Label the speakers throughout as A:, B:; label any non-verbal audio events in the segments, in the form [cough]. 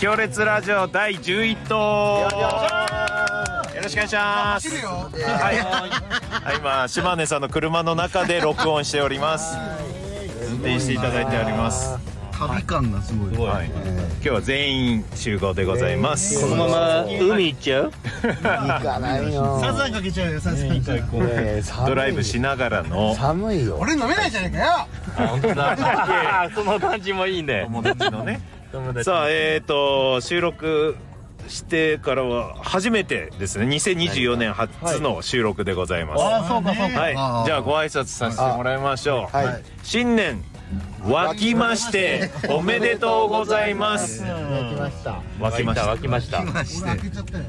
A: 行列ラジオ第11棟よろしくお願いしますはい、はい、今島根さんの車の中で録音しております運転していただいております
B: 旅感がすごい。
A: はい、今日は全員集合でございます、
C: このまま海行っちゃう
D: 行かないよ
B: サザンかけちゃうよ、サザン。
D: ねえ寒い
A: ドライブしながらの
D: 寒いよ
B: 俺飲めないじゃねえかよ。
C: あーその感じもいいね
A: 友達のね
C: 友達
A: さあえっ、と収録してからは初めてですね2024年初の収録でございます、はい
B: あ、そうか、そうか
A: はいじゃあご挨拶させてもらいましょう、
D: はい、
A: 新年沸きましておめでとうございます
D: 来ました
A: 沸きました
C: 湧きました
B: 俺開けちゃったよ。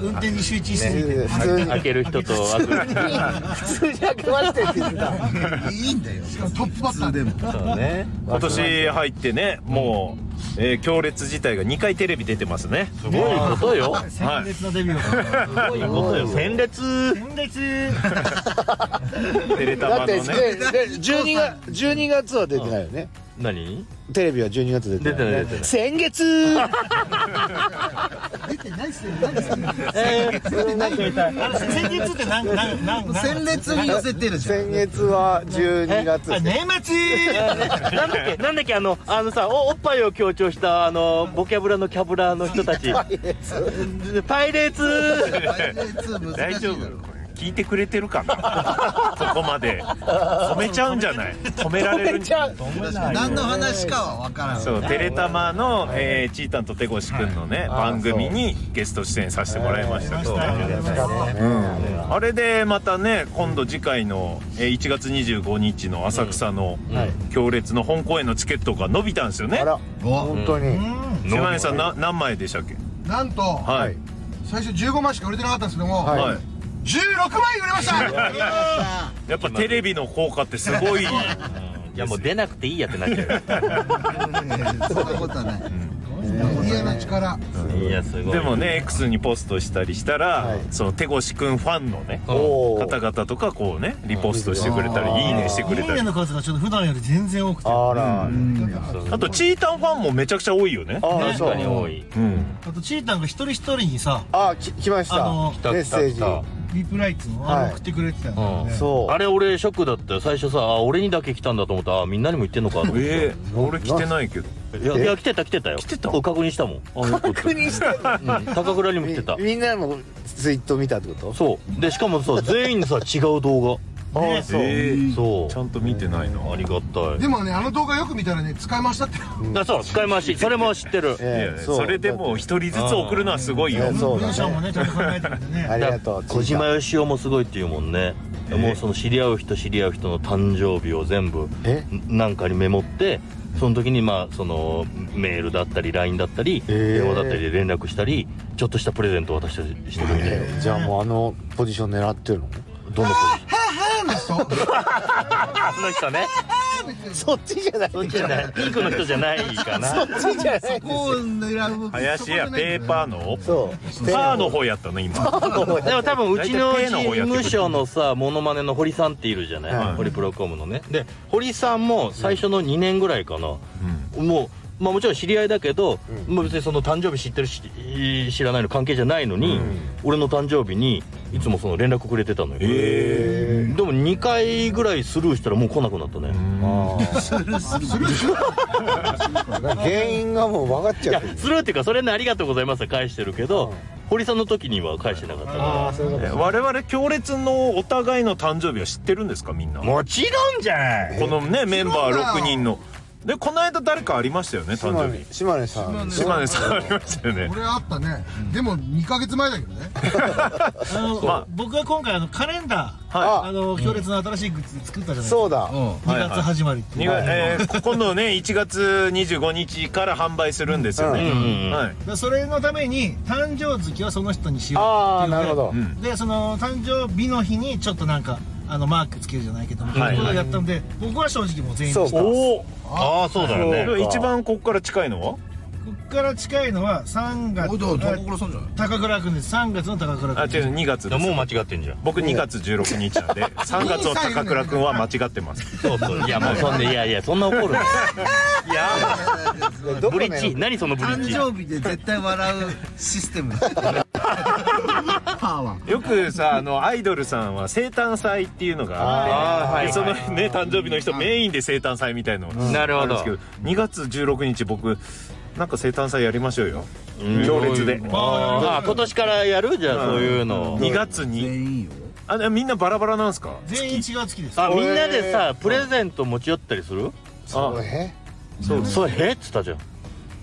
B: 運転に集中しすぎて。
D: 普通に
C: 開ける人と開く人
D: 普通に開けましてって言ってた
B: いいんだよ。しかもトップバッターでも。
C: そうね
A: 今年入ってねもう、えー強烈自体が2回テレビ出てますね
C: すごいことよす
B: 鮮烈なデビュー。
C: ごいことよ鮮烈
B: 鮮烈。
A: テレタ
D: [laughs] だ
A: マの
D: って、
A: ね
D: ね、12月12月は出てないよね
C: 何
D: テレビは12月出てない,、ね、
C: 出てない出てない
D: 先月
B: 出てないっすよ。何ですか。
E: 先月って何何何何
B: 鮮烈に寄せてるじゃん。
D: 先月は12月
E: あ年末
C: なんだっけなんだっけあのあのさおおっぱいを強調したあのボキャブラのキャブラの人たちパイレーツ
A: 大丈夫聞いてくれてるかな [laughs] そこまで止めちゃうんじゃない止められるんじゃない
B: 何の話かは分からん。
A: そうテレタマの、えーチータンと手越くんのね、番組にゲスト出演させてもらいましたと、うんあれでまたね今度次回の、えー1月25日の浅草の強烈の本公演のチケットが伸びたんですよね
D: あら
B: お
D: 本当に、
A: 島根さんな何枚でしたっけ
B: なんと、
A: はい
B: 最初15枚しか売れてなかったんですけども、
D: はい
A: はい
B: 16枚売れました
A: やっぱテレビの効果ってすご
D: [laughs]
A: い
C: いやもう出なくていいやってなっちゃ
B: [laughs] そんなことはない嫌な力
C: ういやすごい
A: でもね X にポストしたりしたら、
D: はい
A: その手越くんファンのね
D: おー
A: 方々とかこうねリポストしてくれたり
D: うん
A: いいねしてくれ
E: いい
A: た
E: ね
A: り
E: の数がちょっと普段より全然多くてあ
D: あら、
A: あとチータンファンもめちゃくちゃ多いよね
D: ああ
C: 確
D: そ
C: かに
D: う
C: 多い
A: うん
E: とチータンが一人一人にさ
D: あき来まし
E: あ
D: た
E: の
D: メッセージ
E: リプライっていうのをあ
D: はい
E: の送ってくれてたんだよね
D: そう
C: あれ俺ショックだったよ最初さあ俺にだけ来たんだと思ったあみんなにも言ってんのかと思って
A: ええ俺来てないけど
C: いやいや来てた来てたよ来
A: てた
C: 確認したもん確認した、うん高倉にも来てた
D: みみんなもツイート見たってこと
C: そうでしかもさ全員さ違う動
D: ああそう、
A: え
C: 画
A: え
C: そ
A: ち
C: う
A: ゃんと見てないな
C: ありがたい
B: でもねあの動画よく見たらね使いましたって
C: だからそう使い回しそれも知ってる
A: いや
D: え
A: い
D: え
A: やそれでも一人ずつ送るのはすごいよ
D: ええそうだ
E: 文章も
D: ね
E: ねちゃんと考えてくれて
D: あ
E: ね
D: りがとう
C: 小島よしおもすごいっていうもんね、
A: え
C: もうその知り合う人知り合う人の誕生日を全部
D: え
C: なんかにメモってその時にまあそのメールだったり LINE だったり
D: えー
C: 電話だったりで連絡したりちょっとしたプレゼントを渡したりしてるみたいな
D: えじゃあもうあのポジション狙ってるの
C: どの子
B: あの人
C: あの人ね
D: [laughs] そっちじゃない
C: そっちじゃないピンクの人じゃないかな
D: そっちじゃない
B: こう狙う
A: 林やペーパーの
D: そう
A: パーの方やったの今
C: でも多分うちの
A: 大体ペ
C: 事
A: ーの方やってく
C: 務
A: る
C: 所のさモノマネの堀さんっているじゃない、
D: はい
C: 堀プロコムのねで堀さんも最初の2年ぐらいかな、もう、まあ、もちろん知り合いだけど、もう別にその誕生日知ってるし知らないの関係じゃないのに、俺の誕生日にいつもその連絡くれてたのよ、
A: え
C: でも2回ぐらいスルーしたらもう来なくなったね、
D: ああ原因がもう分かっち
C: い
D: ゃ
C: や
D: ってる
C: スルーっていうかそれねありがとうございますは返してるけど、堀さんの時には返してなかったか
D: あそういうこ
A: え
D: と
A: 我々強烈のお互いの誕生日は知ってるんですかみんな
C: らもちろんじゃない
A: このねメンバ
B: そうだ
A: ー6人のでこの間誰かありましたよね誕
D: 島
A: 生日
D: 根島根さん
A: 島根さんありましたよね
B: 俺あったねでも2ヶ月前だけどね
E: あの
A: まあ
E: 僕は今回あのカレンダー
A: は
D: あ
E: あの強烈な新しいグッズで作ったじゃないですか
D: そうだ
B: うん
E: 2月始まりって
A: い、
E: い
A: に
E: うだ
A: がえー今度ね1月25日から販売するんですよね、
D: うん
C: うんうん
A: はい
E: からそれのために誕生月はその人にしよう
D: ああ
E: っていうので
D: なるほど
A: うん
E: でその誕生日の日にちょっとなんかあのマークつけるじゃないけども、
A: はい
E: こういうことやったので、僕は正直もう全員
D: そ
E: で
D: う
E: し
D: か
E: たこ
A: おお
C: ああそうだよね
D: そうか
A: 一番ここから近いのは
E: っから近いのは3月
B: おいどうどこさんじゃない
E: 高倉君です3月の高倉
A: あ
E: 君
A: 違う2月
C: だから
A: で
C: も
A: す
C: う間違ってんじゃん
A: 僕2月16日なん [laughs] で3月の高倉君は間違ってます
C: そうそういやもうそんでいやいやそんな怒るのいや
D: どこの
C: ブリ
D: やろ
C: ッジ何そのブリッ
B: 誕
C: ジ
B: 生日で絶対笑うシス [laughs] テムパワー
A: よくさあのアイドルさんは生誕祭っていうのがあって
C: あーはい
A: でそのね誕生日の人メインで生誕祭みたいのが
C: なるほど
A: あんですけど2月16日僕なんか生誕祭やりましょうよ行列で
C: ああ今年からやるじゃあそういうの
A: 2月に
B: 全員よ
A: あでみんなバラバラなんですか
E: 全員違う月です
C: あみんなでさプレゼント持ち寄ったりする
A: あ
D: え
C: そうそれえっつったじゃん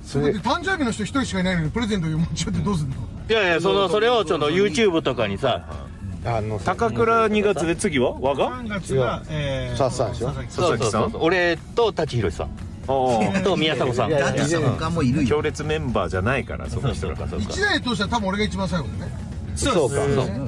D: そ
F: だ
D: れ
F: って誕生日の人一人しかいないのにプレゼントを持ち寄ってどうすんの
C: いやいやそのそれをちょっと YouTube とかにさ
D: あのさ
A: 高倉2月で次は我が
E: 3月がえー
D: さっさんでしょ
E: 佐々木さ
A: 佐々
E: ん
A: 木さん
C: 俺と舘ひろしさん
A: あ
C: と宮迫さん
D: いやいや
B: だってさ他もいる
A: あ
B: よ
A: 行列メンバーじゃないからその人らが
C: そうか
F: 一台通したら多分俺が一番最後だね
D: そうか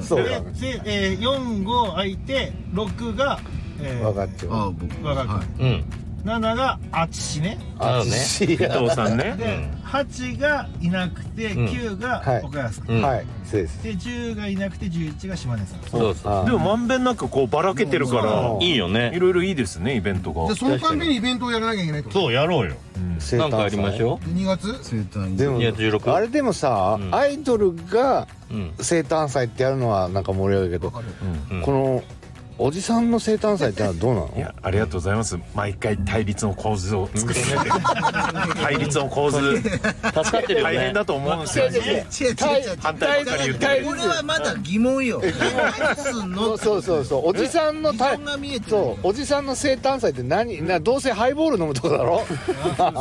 E: そ
D: そう
E: れ
D: か
E: で、えー、4 5空いて6が、えー、
D: 分かってる
B: ああ僕
E: 我が君
B: はい
C: うん
E: 7が淳ね
C: あのね
D: い
A: 伊
D: や
A: 藤さんね
E: で、8がいなくて
C: うん
E: 9
D: は
E: が
D: い
E: 岡安君、
C: うん
D: はいそうです
E: で10がいなくて11が島根さん
C: そうそう
D: あ
A: でもまんべんなくこうばらけてるか
C: いいよ
A: らい
C: ね
A: ろいろいいですねイベント
F: じゃ
A: が
F: あそのたんびにイベントをやらなきゃいけないってこと
C: そうやろうよ
D: 生誕祭
C: なんかやりましょ
F: で2月
B: 生誕
D: で
B: で
D: も
C: いや16
D: あれでもさ
C: うん
D: アイドルが
C: ううん
D: 生誕祭ってやるのはなんか盛り上がるけど
C: うん
D: このおじさんの生誕祭ってのはどうなの
A: いやありがとうございます毎回対立の構図を作って [laughs] くれて対立の構図
C: 助かってるよ
A: 大変
C: ね
A: だと思うんですよ
B: 違う違う違う違う
A: 反対ばっかり言ってる
B: 俺はまだ疑問よ何すん
D: そ
B: の
D: うそうそうそうおじさんの
B: 疑
D: た
B: 問が見えてる
D: そうおじさんの生誕祭って何などうせハイボール飲むとこだろ
A: あ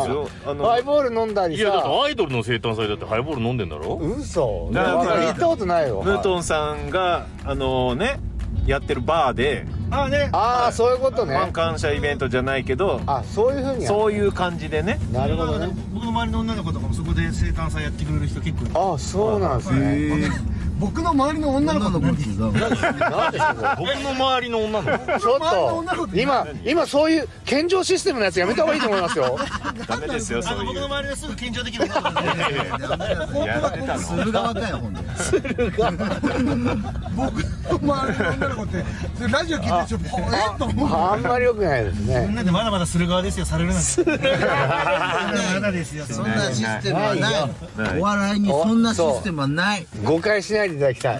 A: の
D: ハイボール飲んだり
C: いやだっ
D: さ
C: てアイドルの生誕祭だってハイボール飲んでんだろ
D: 嘘
A: だから
D: なんか聞いたことないよ
A: ムートンさんがあのねやってるバーで
E: ああね
D: ああそういうこと
A: フ
D: ね
A: ァン感謝イベントじゃないけど
D: あそういうふうにや
A: そういう感じでね
D: なるほどね
E: 僕の周りの女の子とかもそこで生誕祭やってくれる人結構いる
D: あそうなんですね
F: 僕の周りの女の子
B: 女の
F: と
B: 子
F: 何
B: ってさ
D: なんでしょうこれ
C: 僕の周りの女の子
D: ちょっ
F: 周りの女の子
D: と
F: って
D: 今今そういう健常システムのやつやめた方がいいと思いますよ
A: ダメですよ
E: あ
A: そ
E: の
A: うい
E: 僕の
A: う
E: 周りですぐ緊張できる女の子で
A: やってたの
B: 駿河かよほんで
F: 僕の周りの女の子ってそれラジオ聞いてちょっとえっと思う
D: あんまり良くないです
E: みん
D: ね
E: なでまだまだする側ですよされるなんてまだまだですよそ
B: そ
E: ん
B: ん
E: な
B: なシステムは
A: な
B: ないいお笑いにそんなシステムはない
D: 誤解しないでいただきたい
C: あ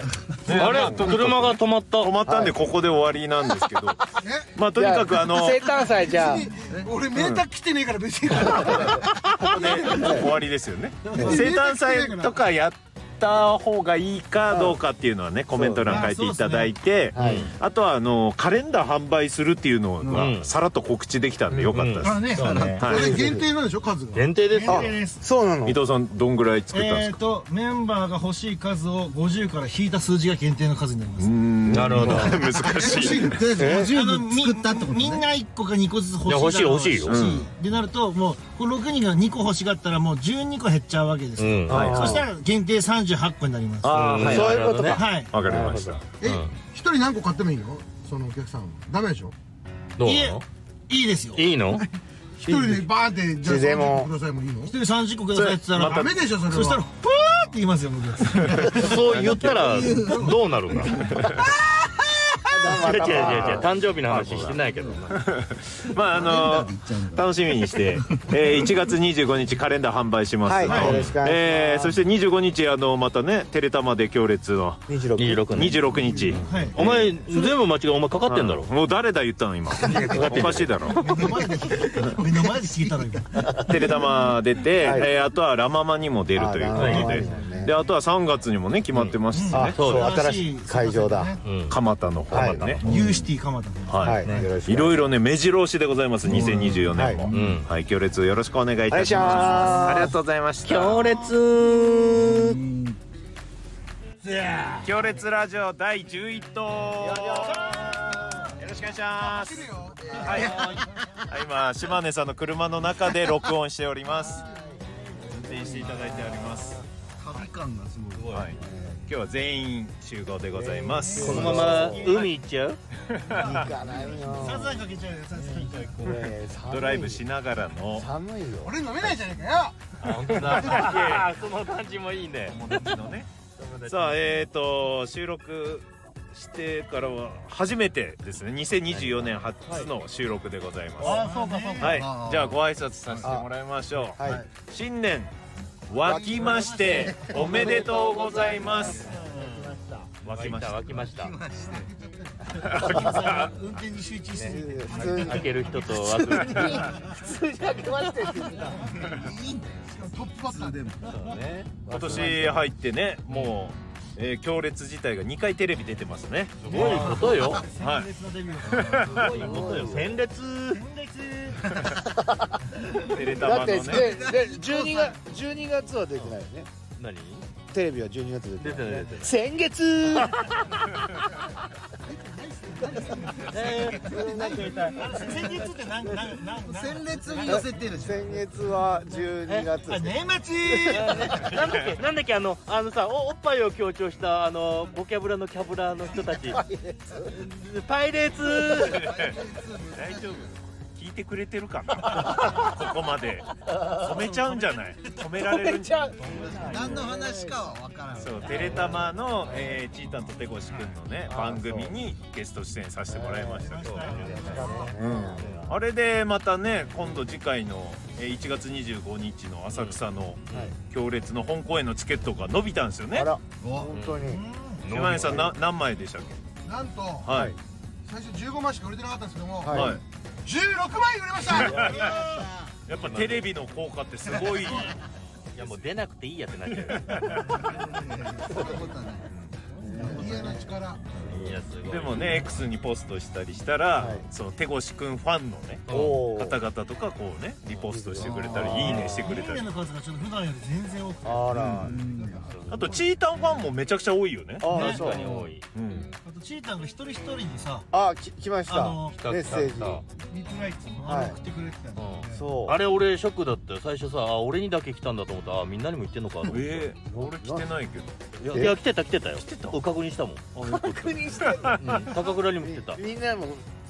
C: れ車が止まった
A: 止まったんでここで終わりなんですけ [laughs] どまあとにかくあの
D: 生誕祭じゃあ
F: 俺メーター来てねえから別に
A: 終わりですよね生誕祭とかやった方がいいかどうかっていうのはねコメント欄書いていただいて
D: はい
A: あとはあのカレンダー販売するっていうの
C: う
A: は
C: ん
A: さらっと告知できたんでよかったです、
F: あね
C: そうね
F: これ限定なんでしょ数が
C: 限定ですよ
E: 限定です
D: そうなの
A: 伊藤さんどんぐらい作ったんで
E: え
A: す
E: ー
A: か、
E: とメンバーが欲しい数を50から引いた数字が限定の数になります
A: なるほど難しい
B: とりあえず
E: あの
B: 50部
E: み
B: 作ったってこと
E: みん
B: ね
E: な1個か2個ずつ欲しい
C: いや欲しい
E: だろう
C: 欲しいよ
E: でなるともうこの6人が2個欲しがったらもう12個減っちゃうわけですよ、
C: うん
A: はい
E: そしたら限定38個になります
A: あーはい
D: そういうことか
E: はい
A: わかりました
F: え一人何個買ってもいいのそのお客さんはダメでしょ
C: どう
E: い
C: な
E: え
C: の
E: いいですよ
C: いいの
F: 一人でバーンってじゃあ
D: で
F: 30
D: も
F: 個くださいもいいの
E: 一人30個くださいって言ったら
F: ダメでしょそれは
E: そしたらプーって言いますよ僕
C: そう言ったらどうなる [laughs] んだ違う違う違う違う誕生日の話してないけど
A: まああの
B: 言っちゃうんだ
A: 楽しみにして、えー1月25日カレンダー販売しますの
D: はいよろしくお願いします
A: えーそして25日あのまたねテレタマで行列の
D: 26
C: 26年
A: 26日
E: はい
C: お前全部間違いお前かかってんだろ
A: もう誰だ言ったの今おかしいだろ
E: 目の前で目の前で聞いたの今
A: テレタマ出て、
D: はい
A: えーあとはラ・ママにも出るというこ
D: あラマ
A: と
D: マ
A: で、
D: にもね
A: であとは3月にもね決まってますしね、
D: あそう
E: 新
D: 新
E: し
D: し
E: い
D: い会場だ
C: うん
A: 蒲田の方までね、
E: ユーシティ蒲田
A: はい
D: はいよろしく
A: いろいろね目白押しでございます2024年も、
D: は
A: はいい
C: うん
A: 行列よろしくお願いい
D: お願
A: た
D: いし
A: し
D: ます
A: ますありがとうございました
C: 行列
A: 行列ラジオ第11棟よろしくお願いしますはい、はい、今島根さんの車の中で録音しております運転していただいております
B: 旅感がすごい
A: はい今日は全員集合でございます
C: このまま海行っちゃう
E: サザンかけちゃうよサザンかけちゃう
A: ドライブしながらの
D: 寒いよ
F: 俺飲めないじゃねえかよ
C: 本当だその感じもいいね
A: 友達のねさあえー、と収録してからは初めてですね2024年初の収録でございます、
E: ああそうかそうか
A: はい
B: あ、ー
A: じゃあご挨拶させてもらいましょう。
D: はい
A: はい新年沸きましておめでとうございます。沸きました。
C: 沸きました
B: まして
F: 運転に集中してる
D: 普通に
C: 開ける人と沸く人
D: 普通に開けましてって言ってた
B: いいんだよしかもトップバッターでも
C: そうね
A: 今年入ってね、もう、えー強烈自体が2回テレビ出てますね。
C: すごいことよ
A: はい。
E: 別のデビュー
C: すごいことよ鮮烈
A: テレタ
D: だ
A: マ
D: っ
A: の
D: てで
A: ね。
D: で12月12月は出てないよね
C: 何
D: テレビは12月出てない
C: 出てない出て
D: 先月
E: 先月って何何何何
B: 鮮烈に寄せてるし
D: 先月は12月
E: あ年末
C: ないなんだっけなんだっけあのあのさおおっぱいを強調したあのボキャブラのキャブラの人たちパイレーツ
A: [laughs] 大丈夫。聞いてくれてるかな。 [laughs] ここまで。止めちゃうんじゃない。止められるんじゃない。
B: 何の話かは分からん
A: そうテレタマの、えー、チータンとテコシ君のね番組にゲスト出演させてもらいましたけど、うん、あれでまたね今度次回の、えー1月25日の浅草の強烈の本公演のチケットが伸びたんですよね
D: あら
B: お
D: 本当に
A: 島根さんな何枚でしたっけ
F: なんと
A: はい
F: 最初15枚しか売れてなかったんですけども
A: はい、
D: はい
F: 16枚売れました
A: やっぱテレビの効果ってすごい
C: いやもう出なくていいやってなっちゃ
B: そんなことはない
F: 家の力
C: ういやすごい
A: でもね X にポストしたりしたら、
D: はい
A: その手越くんファンのね
D: おー
A: 方々とかこうねリポストしてくれたり
D: あー
A: いいねしてくれ
E: 人
A: たり
E: 間の数がちょっと普段より全然多くてあ
D: あら
A: あとチータンファンもめちゃくちゃ多いよね
D: ああ
E: ね
D: そう
C: 確かに多い
A: うん
E: とチータンが一人一人にさ
D: あき来まし
E: あ
D: た
E: の
D: メッセージ
F: リプライっていうのを
D: はい
F: 送ってくれてたんで
D: そう
C: あれ俺ショックだったよ最初さあ俺にだけ来たんだと思ったあみんなにも言ってんのかと思って
A: えー、俺来てないけど
C: いや
D: え
C: いや来てた来てたよ
A: 来てた
C: お確認したもん
D: 確認した
C: うん高倉にも来てた
D: みみんなも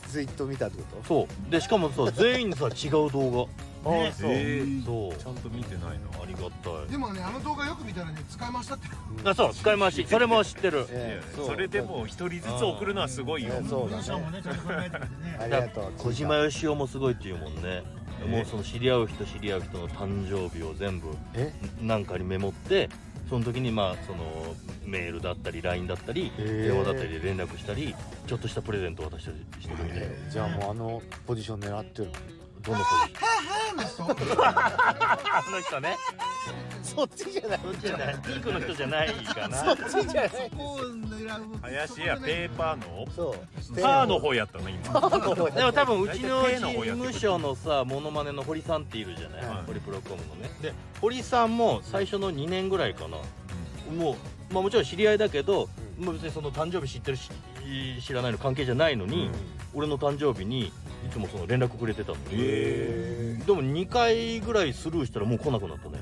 D: ツイート見たってこ
C: そうでしかもさ全員さ違う動
D: と
E: ね
D: ああそう
A: えー
C: 画そう
A: ちゃんと見てないの
C: ありがたい
F: でもねあの動画よく見たらね使いましたって
C: あそう使い回しそれも知って
A: い
C: る
A: やい
D: え
A: や
D: え
A: それでも一人ずつ送るのはすごいよ
D: ねそうだ
E: 文章も
D: ね
E: ねちゃんと考えてくれてね
D: ありがとう
C: 小島よしおもすごいっていうもんね、
A: えー
C: もうその知り合う人知り合う人の誕生日を全部
D: え
C: なんかにメモってその時にまあそのメールだったり LINE だったり
D: えー
C: 電話だったりで連絡したりちょっとしたプレゼントを渡したりしてるみたいな
D: じゃあもうあのポジション狙ってる
C: どの子にあの人ね
D: そっちじゃない
C: [laughs] そっちじゃないピンクの人じゃないかな [laughs]
D: そっちじゃない
F: こう狙う
A: 林やペーパーの
D: そう
A: パーの方やったの
D: [laughs]
A: 今
C: でも多分うちの
A: 大体 K
C: 事
A: の方やってくる
C: 務所のさモノマネの堀さんっているじゃない、
A: はい
C: 堀プロコムのねで堀さんも最初の2年ぐらいかな、もう、まあ、もちろん知り合いだけど、もう別にその誕生日知ってるし知らないの関係じゃないのに、俺の誕生日にいつもその連絡くれてたのに、でも2回ぐらいスルーしたらもう来なくなったね、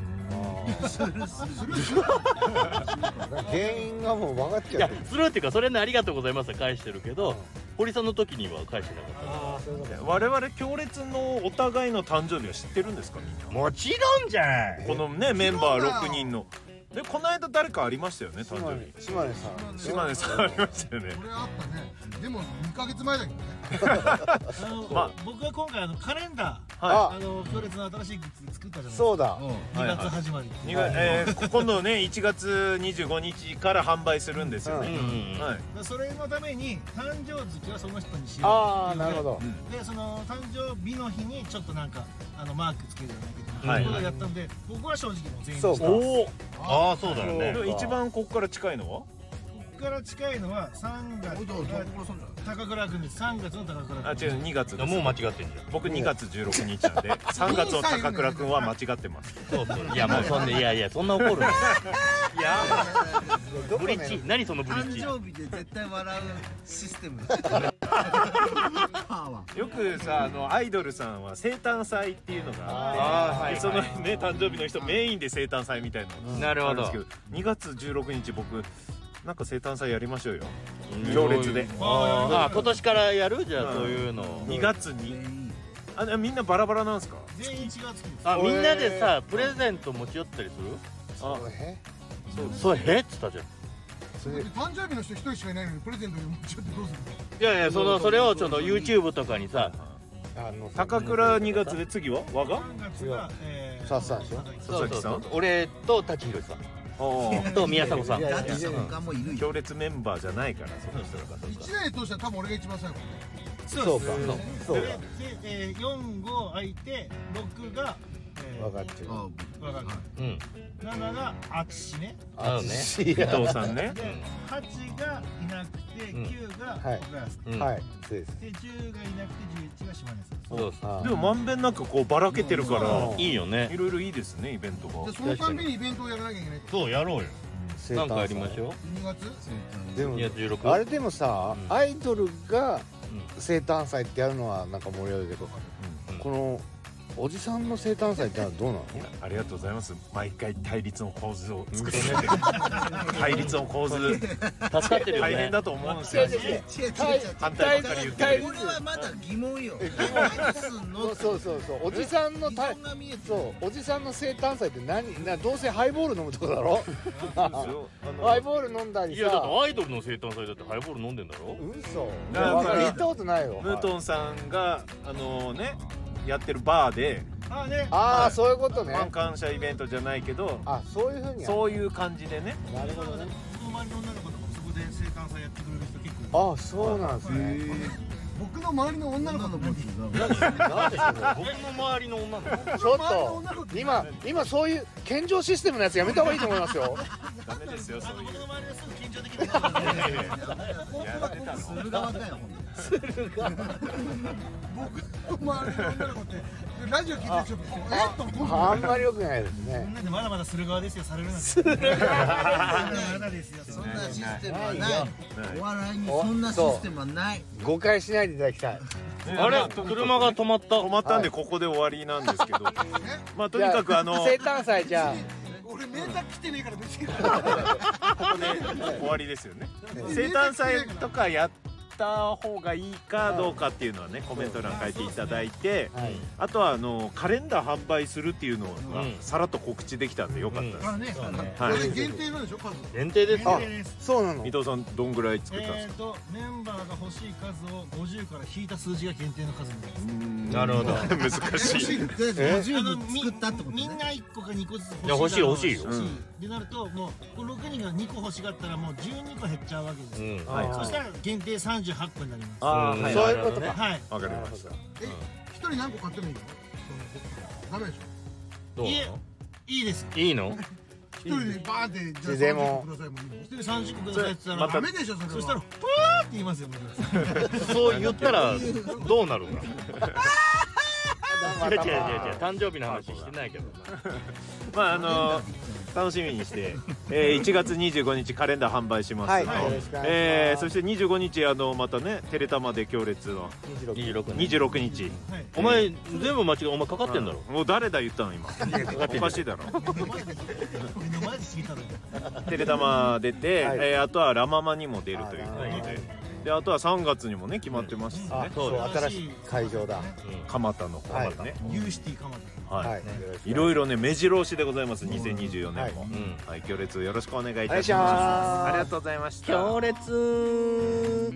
D: 原因がもう分かっ
C: い
D: ちゃ
C: や
D: ってる
C: スルーっていうかそれねありがとうございますは返してるけど、堀さんの時には返してなかった
A: 我々強烈のお互いの誕生日は知ってるんですかみんな
C: もちろんじゃん
A: このねメンバー6人のでこの間誰かありましたよね誕
D: 島
A: 生
D: 根
A: 日
D: 島根さん
A: 島根さんありましたよね
F: これあったねでも2ヶ月前だけどね
E: あの
A: ま
E: 僕は今回あのカレンダー
A: は
E: あの強烈の新しいグッズ作ったじゃないですか
D: そうだ
E: 2月始まり
A: い、苦いえー今度ね1月25日から販売するんですよ
C: うん
A: ね、
C: うんうん
A: はい
E: でそれのために誕生月はその人にしよう
D: ああなるほど
E: でその誕生日の日にちょっとなんかあのマークつけるじゃないけど、
A: はい
E: そういうことをやったんで僕は正直もう全員
D: そう
E: でし
D: か
E: た
C: おおああそうだよ
A: で
C: ね
A: も一番ここから近いのは
E: ここから近いのは3
F: おいどう
E: 月
F: ぞ所さんじゃん
E: 高倉君です3月の高倉君
A: あ違う2月です
C: もう間違ってんじゃん
A: 僕2月16日なん
C: [laughs]
A: で3月の高倉君は間違ってます
C: そうそういやもうそんでいやいやそんな [laughs] 怒るのいや
D: どこ
C: ブリッ
D: ね
C: ジ何そのブリッジ
B: 誕生日で絶対笑うシステム
A: よくさあのアイドルさんは生誕祭っていうのがあって
C: あーはい
A: でそのね誕生日の人メインで生誕祭みたいなの
C: なる
A: があ
C: ほ
A: るんで
C: ど
A: すけど2月16日僕なんか生誕祭やりましょうよ行列で
C: ああ今年からやるじゃ
A: う
C: あ
A: ん
C: そういうの
A: 2月にあでみんなバラバラなんですか
E: 全員1月です
C: あみんなでさプレゼント持ち寄ったりする
A: あ
D: え
C: そうえっつったじゃん
D: それ
F: だって誕生日の人一人しかいないのにプレゼントでもらっちゃってどうするの
C: いやいやそのそれをちょっと YouTube とかにさ
D: あの
A: 高倉2月で次は我が
F: 3月が、えー、
D: さっさでしょ
A: 佐々木さん
C: そうそうそう俺と舘ひろしさんと宮迫さん
D: いやい
B: だ
D: や
B: ってさ他もいるよ
A: [laughs] 強烈メンバーじゃないからその人だから
F: 1年通したら多分俺が一番最後
D: そうかそうか
E: でで、えー、4、5空いて、6が、え
D: 分かってる
B: あ
E: ー、わかる。
C: うん
E: 7が淳ね。
C: あのね
D: いや
A: 伊藤さんね
E: で、8がいなくて、
C: うん
E: 9が
D: はい
C: う
E: 僕が、
C: ん
D: はいそうです
E: で、10がいなくて、11が島根さん。
C: そうそ
D: あ
A: でもまんべんなくこうばらけてるから
C: ういいよね
A: いろいろいいですねイベント
F: じ
A: が
F: ゃあそのたんびにイベントをやらなきゃいけないって
C: そうやろうよ
D: 生誕祭
C: なんかやりましょう
F: 2月
D: で
C: 2
D: も
C: 月16
D: あれでもさ、
C: うん
D: アイドルが生誕祭ってやるのはなんか盛り上がるけど、
C: うん
D: このおじさんの生誕祭ってのはどうなの
A: ありがとうございます毎回対立の構図を作って対立の構図
C: 助かってるよね
A: 大変だと思うんですよ
B: 違う違う違う違う
A: 反対ばっかり言ってる
B: 俺はまだ疑問よ何すん
D: そ
B: の
D: うそうそうそうおじさんの
B: 疑
D: た
B: 問が見えてる
D: そうおじさんの生誕祭って何などうせハイボール飲むとこだろハイボール飲んだり
C: い
D: さ
C: やだってアイドルの生誕祭だってハイボール飲んでんだろ
D: 嘘
A: だから
D: 聞いたことないよ
A: ムートンさんがあのねやってるバーで
E: あーね。
D: ああそういうこと
A: フ
D: ね
A: ァン感謝イベントじゃないけど
D: あそういうふうに
A: そういう感じでね
D: なるほどね
E: 僕の周りの女の子とかもそこで生誕祭やってくれる人結構いる
D: あそうなんですね
F: 僕の周りの女の子と
B: 女の
F: も
B: 子
F: ち
B: と
D: なんでしょうね
C: 僕の周りの女の子
D: ちょっと今今そういう健常システムのやつやめた方がいいと思いますよ。
A: ダメですよ
E: あ
A: そ
E: の
A: うい
E: 僕の
A: う
E: 周りはすぐ緊張できる人なんで
D: [laughs]
A: やられたの
B: する側だよほんと
F: 僕の周りの女の子ってラジオ聞いてる人えっと思って
D: あんまり良くないです
E: み
D: ね。
E: んなでまだまだする側ですよされるなんてする側まだまだですよそ
B: そ
E: ん
B: ん
E: な
B: なシステムは
D: な
B: ない
D: よ
A: ない
B: いお笑いにそんなシステムはない
D: 誤解しないでいただきたい。
C: あれ車が止まった
A: 止まったんでここで終わりなんですけ [laughs] どまあとにか
D: じ
A: く
D: ゃ
A: あの
D: 生誕祭じゃ
F: 俺メーター来てねえから別に
A: ここで終わりですよね生誕祭とかやった方がいいかどうかっていうのはねコメント欄書いていただいて
D: あ、はい、
A: あとはあのカレンダー販売するっていうのが
C: うん
A: さらっと告知できたんでよかったです、
F: あね
C: そうね
F: こ
A: は
F: れ
A: い
F: 限定なんでしょ数
C: 限定ですよ
E: 限定です
D: そうなの
A: 伊。藤さんどんぐらい作ったんで
E: え
A: す
E: ー
A: か、
E: とメンバーが欲しい数を50から引いた数字が限定の数になります
C: なるほど
A: 難しい
B: とりあえず50部作ったってこと
E: みみん
B: ね
E: な1個か2個ず
C: い
E: つ
C: や欲しい欲しいよ
E: 欲しいでなるともうこれ6人が2個欲しがったらもう12個減っちゃうわけです
C: う
E: よ、
C: ん
A: はい
E: そしたら限定38個になります
A: あ
C: うん
A: ーはい
D: そう
A: わ、
D: いうこと
C: なるほどね
D: か。
E: はい
A: かりました
F: え一人何個買ってもいいのダメでしょ
C: どうない
E: いです
C: のいいの
F: 一人でバーって
D: 自然も
F: くださいもいいの
E: 一人30個くださいって言った
A: ま
E: ら
F: ダ
A: た
F: メでしょそれは
E: そしたら「ふわー」って言いますよ僕
C: そう言ったらどうなるんだ違う違う違う誕生日の話してないけど
A: まああの楽しみにして、えー1月25日カレンダー販売しますの、
D: はいよろしくお願いします
A: えーそして25日あのまたねテレタマで強烈の
D: 26
C: 26年
A: 26日
E: はい
C: お前全部間違えお前かかってんだろ
A: もう誰だ言ったの [laughs] 今おかしいだろ
E: 目の前で目の前で過ぎたのに
A: テレタマ出て、
D: はい
A: えーあとはラママにも出るということ
D: あラママ
A: でであとは3月にもね決まってました
D: あ
A: ね、
D: そう
E: そう
D: 新しい会場だ。
A: 蒲田の方
D: はい
A: までね、
E: ユーシティかまで
A: はい
D: はい。よろしく
A: いろいろね目白押しでございます2024年も、
D: は
A: はいい
C: うん
A: 行列よろしくお願いい
D: お願
A: た
D: いし
A: します
D: ます
A: ありがとうございました
C: 強烈